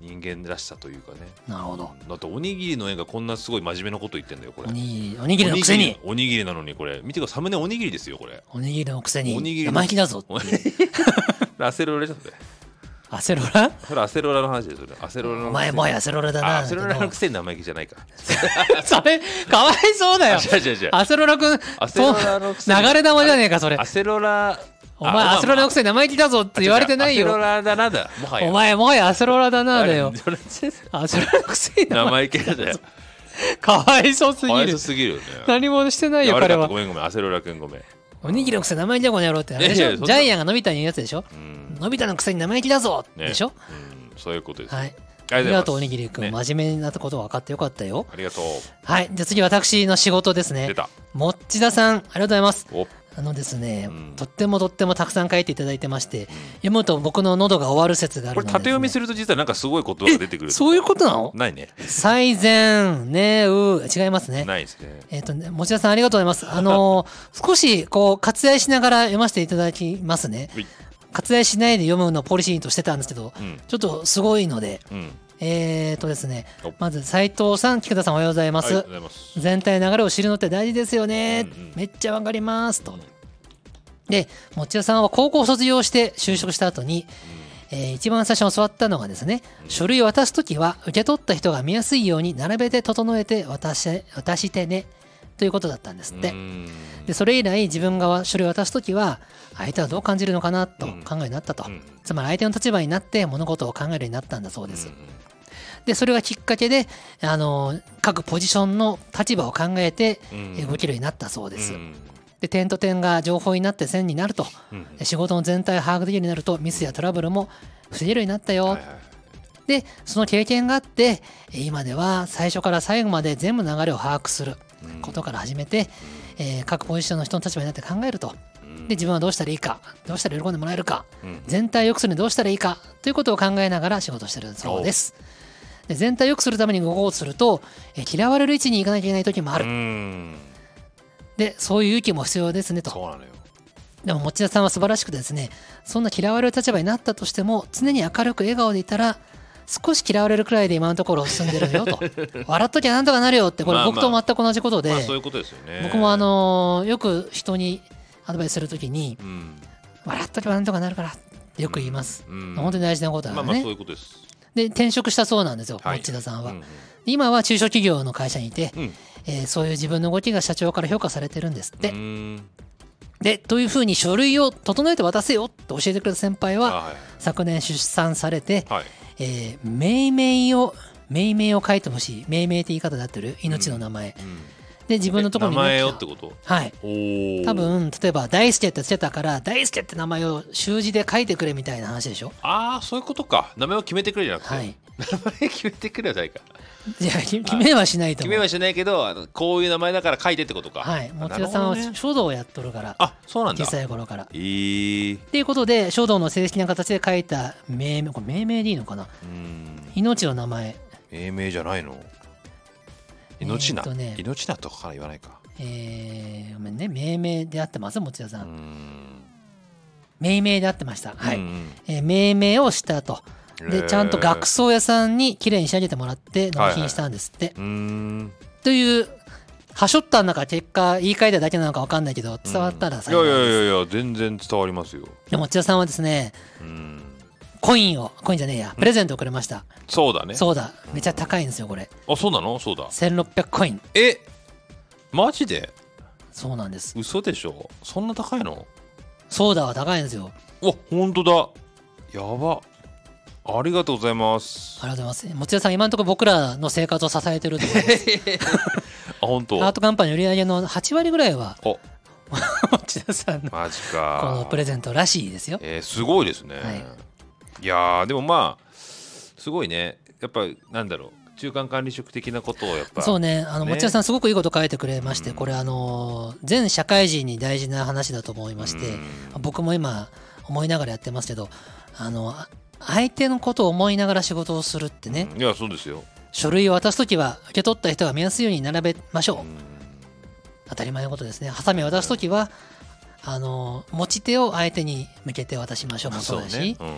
人間らしさというかねなるほどだっておにぎりの絵がこんなすごい真面目なこと言ってんだよこれおにぎりおにぎりのくせにおにぎりなのにこれ見てくださいサムネおにぎりですよこれ おにぎりのくせおにぎにりの生意気だぞってアセロラじゃんそれアセロラそれアセロラの話ですよねアセロラのお前もはやアセロラだあなアセロラのくせに生意気じゃないか それかわいそうだよ違う違う違うアセロラくんアセそロうラのくせに流れ玉じゃねえかそれアセロラお前アセロラのくせせに生意気だぞって言われてないアセロよラだなだもはやお前もはやアセロラだなあだれよそれ全然アセロラのくせに生意気だ よかわいそうすかわぎいそるうすぎるよね何もしてないよいや悪彼かったはごめんごめんアセロラくんごめんおにぎりのくせに生意気だこの野郎ってあれでいしやいょやそんジなャイアンがのび太に言うやつでしょうんのび太のくせに生意気だぞねでしょうんそういうことですはいあありりががととううごおにざいますぎりくんね真面目なこと分かってよかったよありがとうはいじゃあ次私の仕事ですね出たもっちださんありがとうございますおあのですね、うんとってもとってもたくさん書いていただいてまして、読むと僕の喉が終わる説があこるのでれ縦読みるすると実はなんかすごい言葉が出てくるそういうことなのないね最善ねう違いますね。ないですねえっ、とね、持田さんありがとうございます。あの ー少しこう割愛しながら読ませていただきますねはい。割愛しないで読むのをポリシーとしてたんですけど、うんちょっとすごいので、うんえっ、とですねお、まず斉藤さん、菊田さんおはようございあまりがすとうご。ざいます全体の流れを知るのって大事ですよね、うんうんめっちゃわかりますと、うんで持田さんは高校を卒業して就職した後に、えー一番最初に教わったのがですね、書類を渡す時は受け取った人が見やすいように並べて整えて渡し渡してねということだったんですって、うんでそれ以来自分が書類を渡す時は相手はどう感じるのかなと考えになったと、うんつまり相手の立場になって物事を考えるようになったんだそうです、うんでそれがきっかけで、あの各ポジションの立場を考えてうんえ動けるようになったそうです。うんで点と点が情報になって線になるとうんで仕事の全体を把握できるようになるとミスやトラブルも防げるようになったよ、はいはいでその経験があってえ今では最初から最後まで全部流れを把握するうんことから始めて、えー各ポジションの人の立場になって考えるとうんで自分はどうしたらいいかどうしたら喜んでもらえるかうん全体を良くするにどうしたらいいかということを考えながら仕事してるそうです。で全体を良くするために動こうとするとえー嫌われる位置に行かなきゃいけない時もある、うんでそういう勇気も必要ですねとそうなのよでも持田さんは素晴らしくてですねそんな嫌われる立場になったとしても常に明るく笑顔でいたら少し嫌われるくらいで今のところ進んでるよ と笑っときゃなんとかなるよってこまれあ僕と全く同じことで、まあそういうことですよね僕もあのーよく人にアドバイスするときにうん笑っとけばなんとかなるからってよく言います、うん本当に大事なことだまかあらまあそうねいうことですで転職したそうなんですよ、はい持田さんは、うん今は中小企業の会社にいて、うんえーそういう自分の動きが社長から評価されてるんですって、うんでというふうに書類を整えて渡せよって教えてくれた先輩はは昨年出産されてい、はい、えー命名を命名を書いてほしい命名って言い方で合ってる命の名前、うんで自分のところにえ名前を命ってことはいおお多分例えば大輔ってつけたから大輔って名前を習字で書いてくれみたいな話でしょああそういうことか名前を決めてくれじゃなくて、はい名前決めてくれじゃないかいや決決めはしないと決思めうはしないけどあのこういう名前だから書いてってことかはいあ持田さんはなるほどね書道をやっとるからあそうなんだ小さい頃からえー、っていうことで書道の正式な形で書いた命名これ命名でいいのかなうん命の名前英名じゃないの命な、えーっとね命なとかから言わないかえー、ごめんね命名であってます持田さ、うんん命名であってましたはい、うんえー命名をしたとへでーちゃんと学装屋さんに綺麗に仕上げてもらって納品したんですって、うんというはしょったんだか結果言い換えただけなのか分かんないけど伝わったらい幸やいいです、やいやいや全然伝わりますよで持田さんはですねうんコインをコインじゃねえやプレゼントをくれました、そうだねそうだめちゃ高いんですよこれあそうなのそうだ1600コインえマジでそうなんです嘘でしょそんな高いのソーダは高いんですようわ本当だやばありがとうございますありがとうございます持田さん今のところ僕らの生活を支えてると思います あ本当アートカンパニーの売り上げの8割ぐらい はお持田さんのマジこかのプレゼントらしいですよえーすごいですね、はいい、やーでもまあすごいねやっぱなんだろう中間管理職的なことをやっぱそうねあのね持田さんすごくいいこと書いてくれまして、うんこれあの全社会人に大事な話だと思いまして、うん僕も今思いながらやってますけどあのあ相手のことを思いながら仕事をするってね、うんいやそうですよ書類を渡す時は受け取った人が見やすいように並べましょう、うん当たり前のことですねハサミを渡す時はあの持ち手を相手に向けて渡しましょうもそうだし、そうね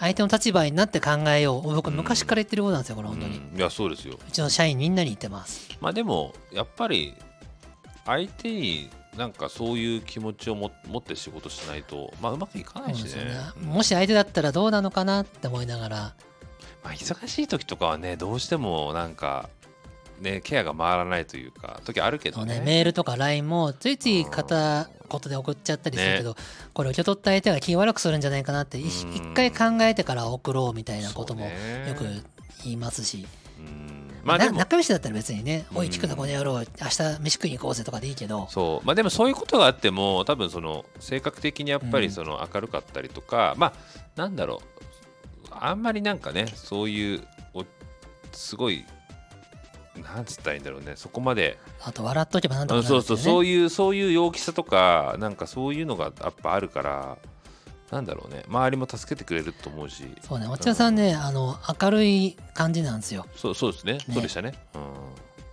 相手の立場になって考えよう僕うん昔から言ってることなんですよこれうん本当に、ううんいやそうですよちの社員みんなに言ってますまあでもやっぱり相手になんかそういう気持ちをも持って仕事しないとまあうまくいかないしそうねですよねうんもし相手だったらどうなのかなって思いながらまあ、忙しい時とかはねどうしてもなんかねケアが回らないというか時あるけそどうねねメールとか LINE もついつい片言で送っちゃったりするけど、これ受け取った相手が気悪くするんじゃないかなってい一うん回考えてから送ろうみたいなこともそうよねく言いますし、うんままああ、でも仲良しだったら別にね「うんおい菊田この野郎明日飯食いに行こうぜ」とかでいいけどそうまあでもそういうことがあっても多分その性格的にやっぱうりんその明るかったりとか、まあなんだろうあんまりなんかねそういうおすごいなんつったらいいんだろうねそこまであと笑っとけばなんとうかんなるそんうですそよねうそういうそういう陽気さとかなんかそういうのがやっぱあるからなんだろうね周りも助けてくれると思うしそうねお茶さんねあの明るい感じなんですよそうそうですねねそうでしたね、うん、だ確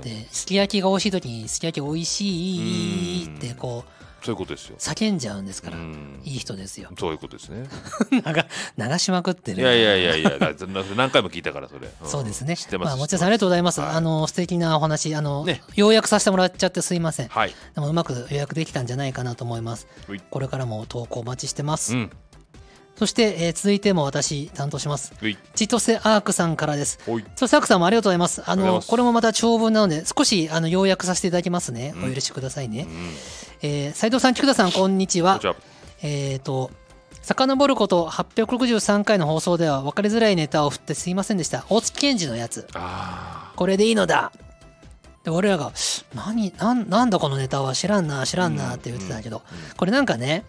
っかにてすき焼きが美味しい時に「すき焼き美味しい」ってこうそういうことですよ、叫んじゃうんですから、うんいい人ですよ そういうことですね流流しまくっているやいやいやいや、だってな何回も聞いたから、それ。ん そうですね。知ってままあ、す。持知田ってさん、ありがとうございます。はいあの、素敵なお話、あの、ね要約させてもらっちゃってすいません。はい。でも、うまく予約できたんじゃないかなと思いますほい。これからも投稿お待ちしてます。うん。そして、えー続いても私、担当します。うい。千歳アークさんからです。ほい。千歳アークさんもありがとうございます。あありの、がとうございますこれもまた長文なので、少し、あの、要約させていただきますね。うんお許しくださいねう。ん。えー斉藤さん、菊田さん、こんにちはこち。ら。えー、と、遡ること863回の放送では分かりづらいネタを振ってすいませんでした。大月健二のやつ。あこれでいいのだで俺らが「何なんなんだこのネタは知らんな知らんな」って言ってたけど、これなんかね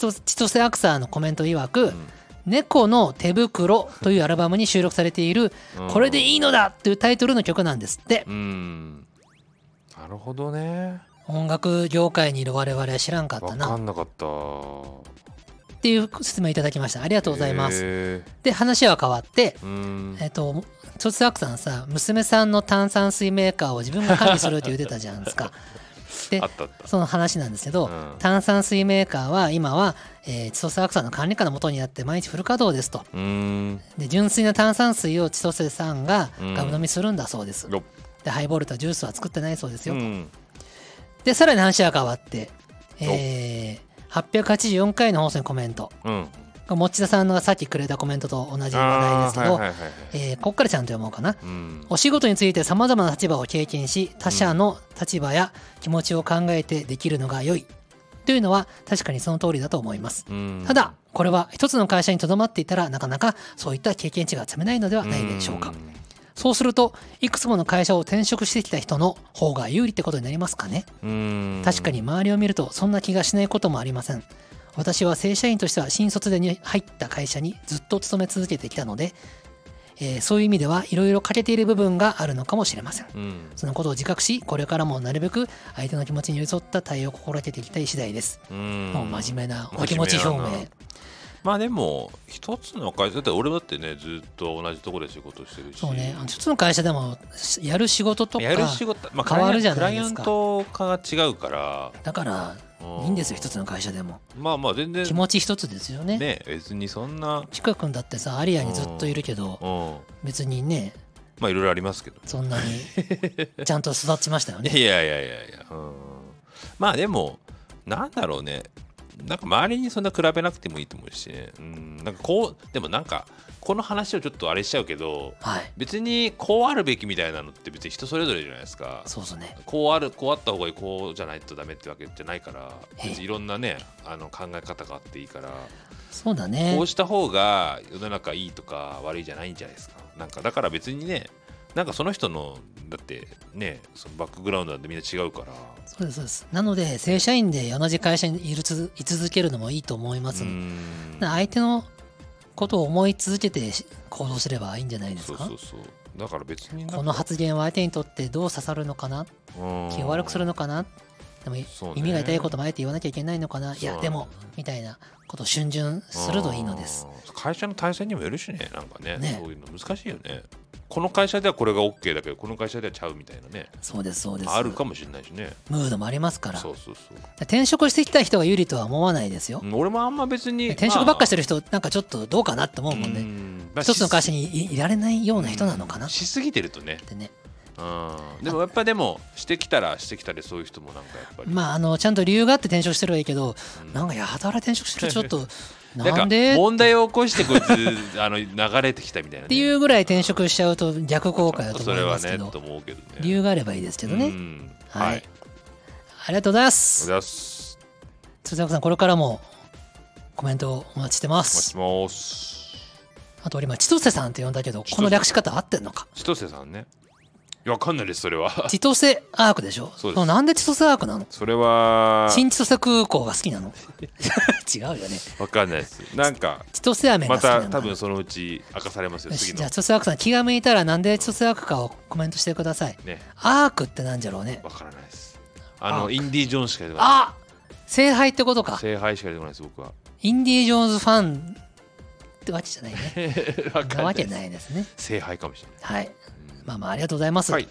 と千歳アクサーのコメント曰く「猫の手袋」というアルバムに収録されているう「んこれでいいのだ!」というタイトルの曲なんですってあ。うん。なるほどね。音楽業界にいる我々は知らんかったわかなんなかった。あっていう説明いただきましたありがりとうございます。す。で話は変わってうん。えっと、ちょっとアクさんさ、娘さんの炭酸水メーカーを自分が管理するって言ってたじゃないです か。であ、ったあった。その話なんですけど、うん炭酸水メーカーは今は、えー千歳アクさんの管理下のもとにあって毎日フル稼働ですと。うん。で、純粋な炭酸水を千歳さんがうんガブ飲みするんだそうです。よっ。で、ハイボールとジュースは作ってないそうですうよ。ん。で、さらに話は変わって、えー884回の放送にコメント。うん。持田さんがさっきくれたコメントと同じ話題ですけあーどはいはいはいはいえーこっからちゃんと読もうかな。うんお仕事について様々な立場を経験し他者の立場や気持ちを考えてできるのが良いというのは確かにその通りだと思いますうんただこれは一つの会社にとどまっていたらなかなかそういった経験値が積めないのではないでしょうかんそうするといくつもの会社を転職してきた人の方が有利ってことになりますかねうん確かに周りを見るとそんな気がしないこともありません私は正社員としては新卒でに入った会社にずっと勤め続けてきたので、えーそういう意味ではいろいろ欠けている部分があるのかもしれませんうんそのことを自覚しこれからもなるべく相手の気持ちに寄り添った対応を心がけていきたい次第です、うんもう真面目なお気持ち真面目表やな明まあでも一つの会社だって俺だってねずっと同じところで仕事してるしそうねあの一つの会社でもしやる仕事とかやる仕事、まあ、変わるじゃないですかクライアント化が違うからだからいいんですよ一つの会社でもまあまあ全然気持ち一つですよねね別にそんな近くんだってさアリアにずっといるけどうん別にねまあいろいろありますけどそんな にちゃんと育ちましたよね。いやいやいやいや、うん、まあでもなんだろうねなんか周りにそんな比べなくてもいいと思うしね、うん、なんかこうでもなんかこの話をちょっとあれしちゃうけどはい。別にこうあるべきみたいなのって別に人それぞれじゃないですかそうそうね。こうあるこうあった方がいいこうじゃないとダメってわけじゃないからええ別にいろんなねあの考え方があっていいからそうだねこう。した方が世の中いいとか悪いじゃないんじゃないですかなんかだから別にねなんかその人のだってねそのバックグラウンドなんてみんな違うからそうですそうです。なので正社員で同じ会社にいるつ居続けるのもいいと思います。うーなん相手のことを思い続けてし行動すればいいんじゃないですそうかそう。そうだから別になんかこの発言は相手にとってどう刺さるのかな、うん気を悪くするのかな、でもそうね耳が痛いこともあえて言わなきゃいけないのかな、いそうやねでもみたいなことを逡巡するといいのです。うん会社の体制にもよるしねなんかねねそういうの難しいよねこの会社ではこれが OK だけどこの会社ではちゃうみたいなねそうですそうです。あるかもしれないしねムードもありますから。そうそうそう転職してきた人が有利とは思わないですよ。うん俺もあんま別に転職ばっかしててる人なんかちょっとどうかなって思うもんね、一つの会社にいいられないような人なのかなっしすぎてるとねてねうんでもやっぱでもしてきたらしてきたでそういう人もなんかやっぱりまああのちゃんと理由があって転職してるはいいけど、うんなんかやたら転職してるちょっと なんなかんでっ問題を起こしてこいつ あの流れてきたみたいなねていうぐらい転職しちゃうと逆効果だとそ思れいまはすけねど、と思うけどね理由があればいいですけどね、うんはいはいありがとうありがとうございまごすざいます鶴崎さんこれからもコメントをお待ちしてまお待ちしすますあと俺今千歳さんって呼んだけど千歳この略し方合ってんのか千歳さんねいやわかんないですそれ は千歳アークでしょそうですもなんで千歳アークなのそれは新千歳空港が好きなの 違うよねわかんないですなんか千歳飴がま好きなのかたな多分そのうち明かされますよよし次じゃのあ千歳アークさん気が向いたらなんで千歳アークかをコメントしてくださいねアークってなんじゃろうねわからないですああのインディ・ジョーンズしか出てこないあ聖杯ってことか聖杯しか出てこないです僕は インディ・ージョーンズファンってわけじゃないね なわかんなわいけですないですね聖杯かもしれないはいまあまあありがとうございます、はい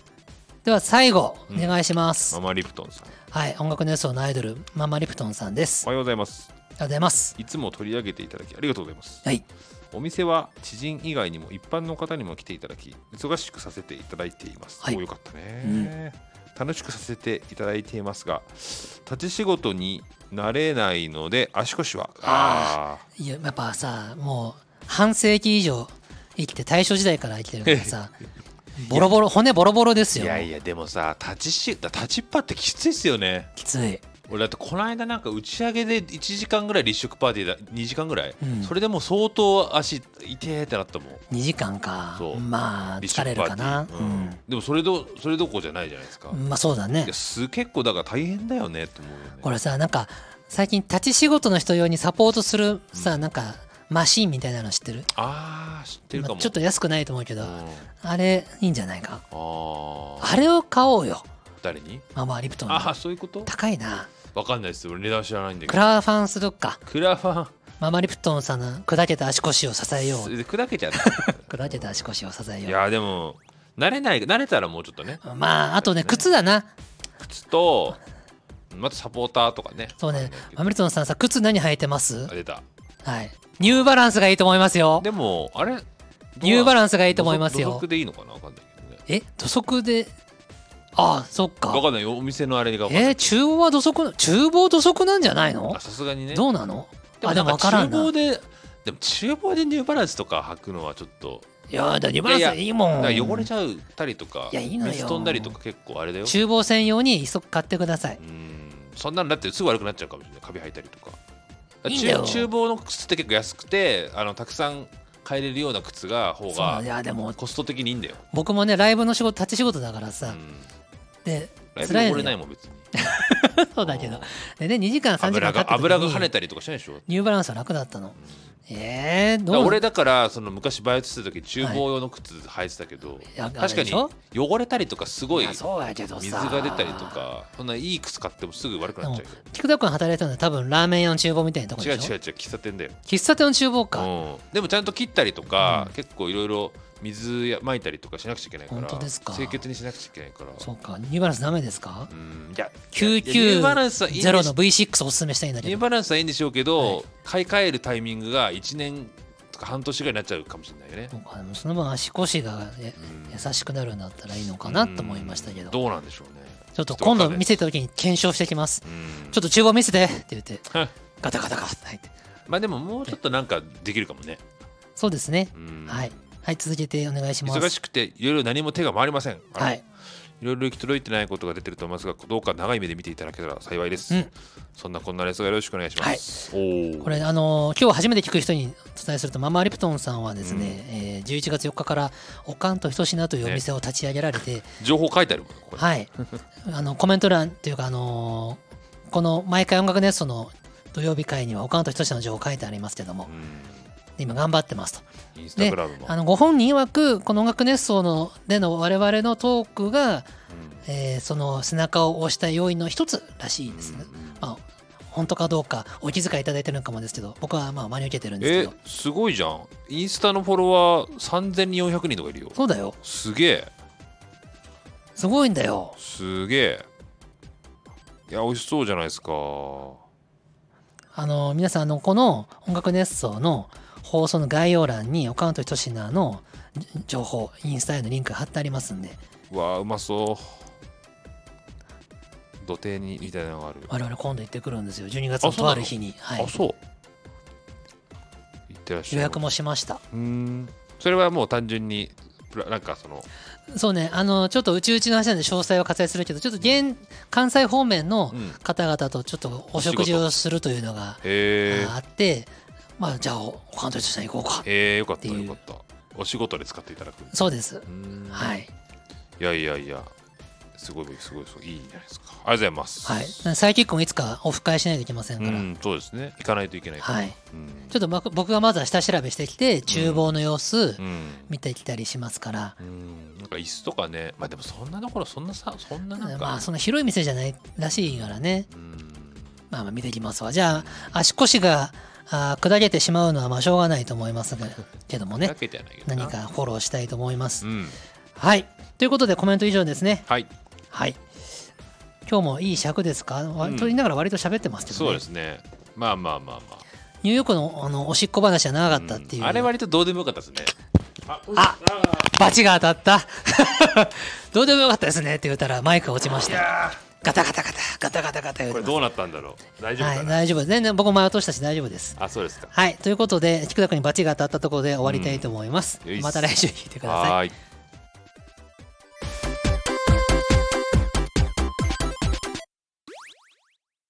では最後おうん願いします、ママリプトンさんはい音楽の予想のアイドルママリプトンさんですおはようございますありがとうございますいつも取り上げていただきありがとうございますはいお店は知人以外にも一般の方にも来ていただき忙しくさせていただいています、はいおよかったね、楽しくさせていただいていますが立ち仕事になれないので足腰はああいややっぱさもう半世紀以上生きて大正時代から生きてるから さボロボロ骨ボロボロですいよやいやでもさ立ちしだ立ちっぱってきついっすよねきつい俺だってこの間なんか打ち上げで1時間ぐらい立食パーティーだ2時間ぐらい、うんそれでもう相当足痛えってなったもん2時間かそうまあ立食疲パーれティるかーなうんでもそれどそれどころじゃないじゃないですか、うんまあそうだねいやす結構だから大変だよねと思うよねこれさなんか最近立ち仕事の人用にサポートするさ、うんなんかマシーンみたいなの知ってるああ知ってるかまもあちょっと安くないと思うけうど、んああれいいんじゃないかああれを買おうよ誰にママリプトンのああそういうこと高いなわかんないです俺値段知らないんだけクどラファンするかクラファンママリプトンさんの砕けた足腰を支えよう砕けちゃっ砕けた足腰を支えた いよやでも慣れない慣れたらもうちょっとねうまああとね靴だな靴とまたサポーターとかねそうねマあマリプトンさんさ靴何履いてます出たはいニューバランスがいいと思いますよでもあれニューバンランスがいいと思います土よ足でいいのかなわかんないけどねえ土足でああそっかわかんないよお店のあれがわかんないえー、厨房は土足な厨房土足なんじゃないのあさすがにねどうなのああででもも分からん厨な房ででも厨房でニューバランスとか履くのはちょっといやーだニバランスいいもんなんか汚れちゃったりとかいやいいのよ水飛んだりとか結構あれだよ、厨房専用に急っ買ってくださいうんそんなのだってすぐ悪くなっちゃうかもしれないカビ生えたりとかいいんだよ厨厨房の靴って結構安くてあのたくさん買えれるような靴が方そうなんだいがやでもコスト的にいいんだよ、僕もねライブの仕事立ち仕事だからうさ、ん、で ライブ辛い汚のれないよもん別にそうだけどでね2時間3時間油かがかって油が跳ねたたりとかしないでしょニューバランスは楽だったのえー、だからどう俺だからその昔バイトしてた時厨房用の靴履いてたけど、いや確かにあれ汚れたりとかすごいやそうやけどさ水が出たりとかそんないい靴買ってもすぐ悪くなっちゃうよ菊田君働いてたのは多分ラーメン屋の厨房みたいなとこ違う違でう違うしょ喫茶店だよ、喫茶店の厨房かうん、でもちゃんと切ったりとか、うん結構いろいろ水やまいたりとかしなくちゃいけないから本当ですか清潔にしなくちゃいけないからそうかニューバランスダメですかうんいや99いやニューバランスはいいんでゼロの V6 おすすめしたいんだニけューどバランスはいいんでしょうけど、は買い替えるタイミングが1年とか半年ぐらいになっちゃうかもしれないよね、そうかでもその分足腰がえうん優しくなるんだったらいいのかなと思いましたけうんどどうなんでしょうねちょっと今度見せせた時に検証してきますちょょっっと厨房見せてって言ってとわかんないうんガタガタガタって入ってまあでももうちょっとなんかできるかもね、そうですねうんはいはい続けてお願いします忙しくていろいろ何も手が回りませんあらはいいろいろ行き届いてないことが出てると思いますが、どうか長い目で見ていただけたら幸いです。うんそんなこんなレースがよろしくお願いします。おお。これあのー今日初めて聞く人にお伝えするとママリプトンさんはですね、えー11月4日からおかんとひとしなというお店を立ち上げられて、情報書いてあるもん。これはい あのコメント欄というかあのーこの毎回音楽ネストの土曜日会にはおかんとひとしなの情報書いてありますけどもうんで今頑張ってますとインスタでグラムも。あのご本人曰くこの音楽熱奏のでの我々のトークが、うんえーその背中を押した要因の一つらしいですね、まあ、本当かどうかお気遣いいただいてるのかもですけど僕はまあ真に受けてるんですけえど、すごいじゃん。インスタのフォロワー3400人とかいるよ。そうだよすげえ。すごいんだよすげえ。いや、美味しそうじゃないですか。あの皆さんあのこの音楽熱奏の放送の概要欄に岡本ひとしなのじ情報インスタへのリンク貼ってありますんでうわあ、うまそう。土手にみたいなのがある。我々今度行ってくるんですよ12月のあそうとなあのる日に、はいあ、、そう。行ってらっしゃい。予約もしましたうーんそれはもう単純にプラなんかそのそうね、あのちょっとうちうちの話なんで詳細は割愛するけど、ちょっと現関西方面のうん方々とちょっとお食事をするというのがへあって、まあ、じゃあ、おおかんと一緒に行こうかえ。へえよかったっていうよかったお仕事で使っていただくそうです。うーんはいい。やいやいやすごいすごいすごいいいじゃないですかありがとうございますはい。なんでサイキックもいつかオフ会しないといけませんうから。んそうですね行かないといけないからはい。うんちょっとま僕がまずは下調べしてきて、厨房の様子うん見てきたりしますから。うんなんか椅子とかねまあでもそんなところそんなさそんななんかまあ、そんな広い店じゃないらしいからね。うんまあ、まあ見てきますわ。じゃあ、足腰があー砕けてしまうのはまあしょうがないと思います がけどもねだ。けじゃないけどな何かフォローしたいと思いますう。んはい。ということでコメント以上ですね。はいはい。今日もいい尺ですか割とうん言いながら割と喋ってますけどね。そうですねまあまあまあまあニューヨークのあのおしっこ話は長かったっていう。んあれ割とどうでもよかったですねああバチが当た った。どうでもよかったですねって言ったらマイクが落ちましいた。やガタガタガタガタガタガタ言ーうてまこれすどうなったんだろう大丈夫はかい、な大丈夫。全然僕も前落としたし大丈夫です。あそうですかはい。ということで、菊田君にバチが当たったところで終わりたいと思います。うんよいっすまた来週聞いてください。はーい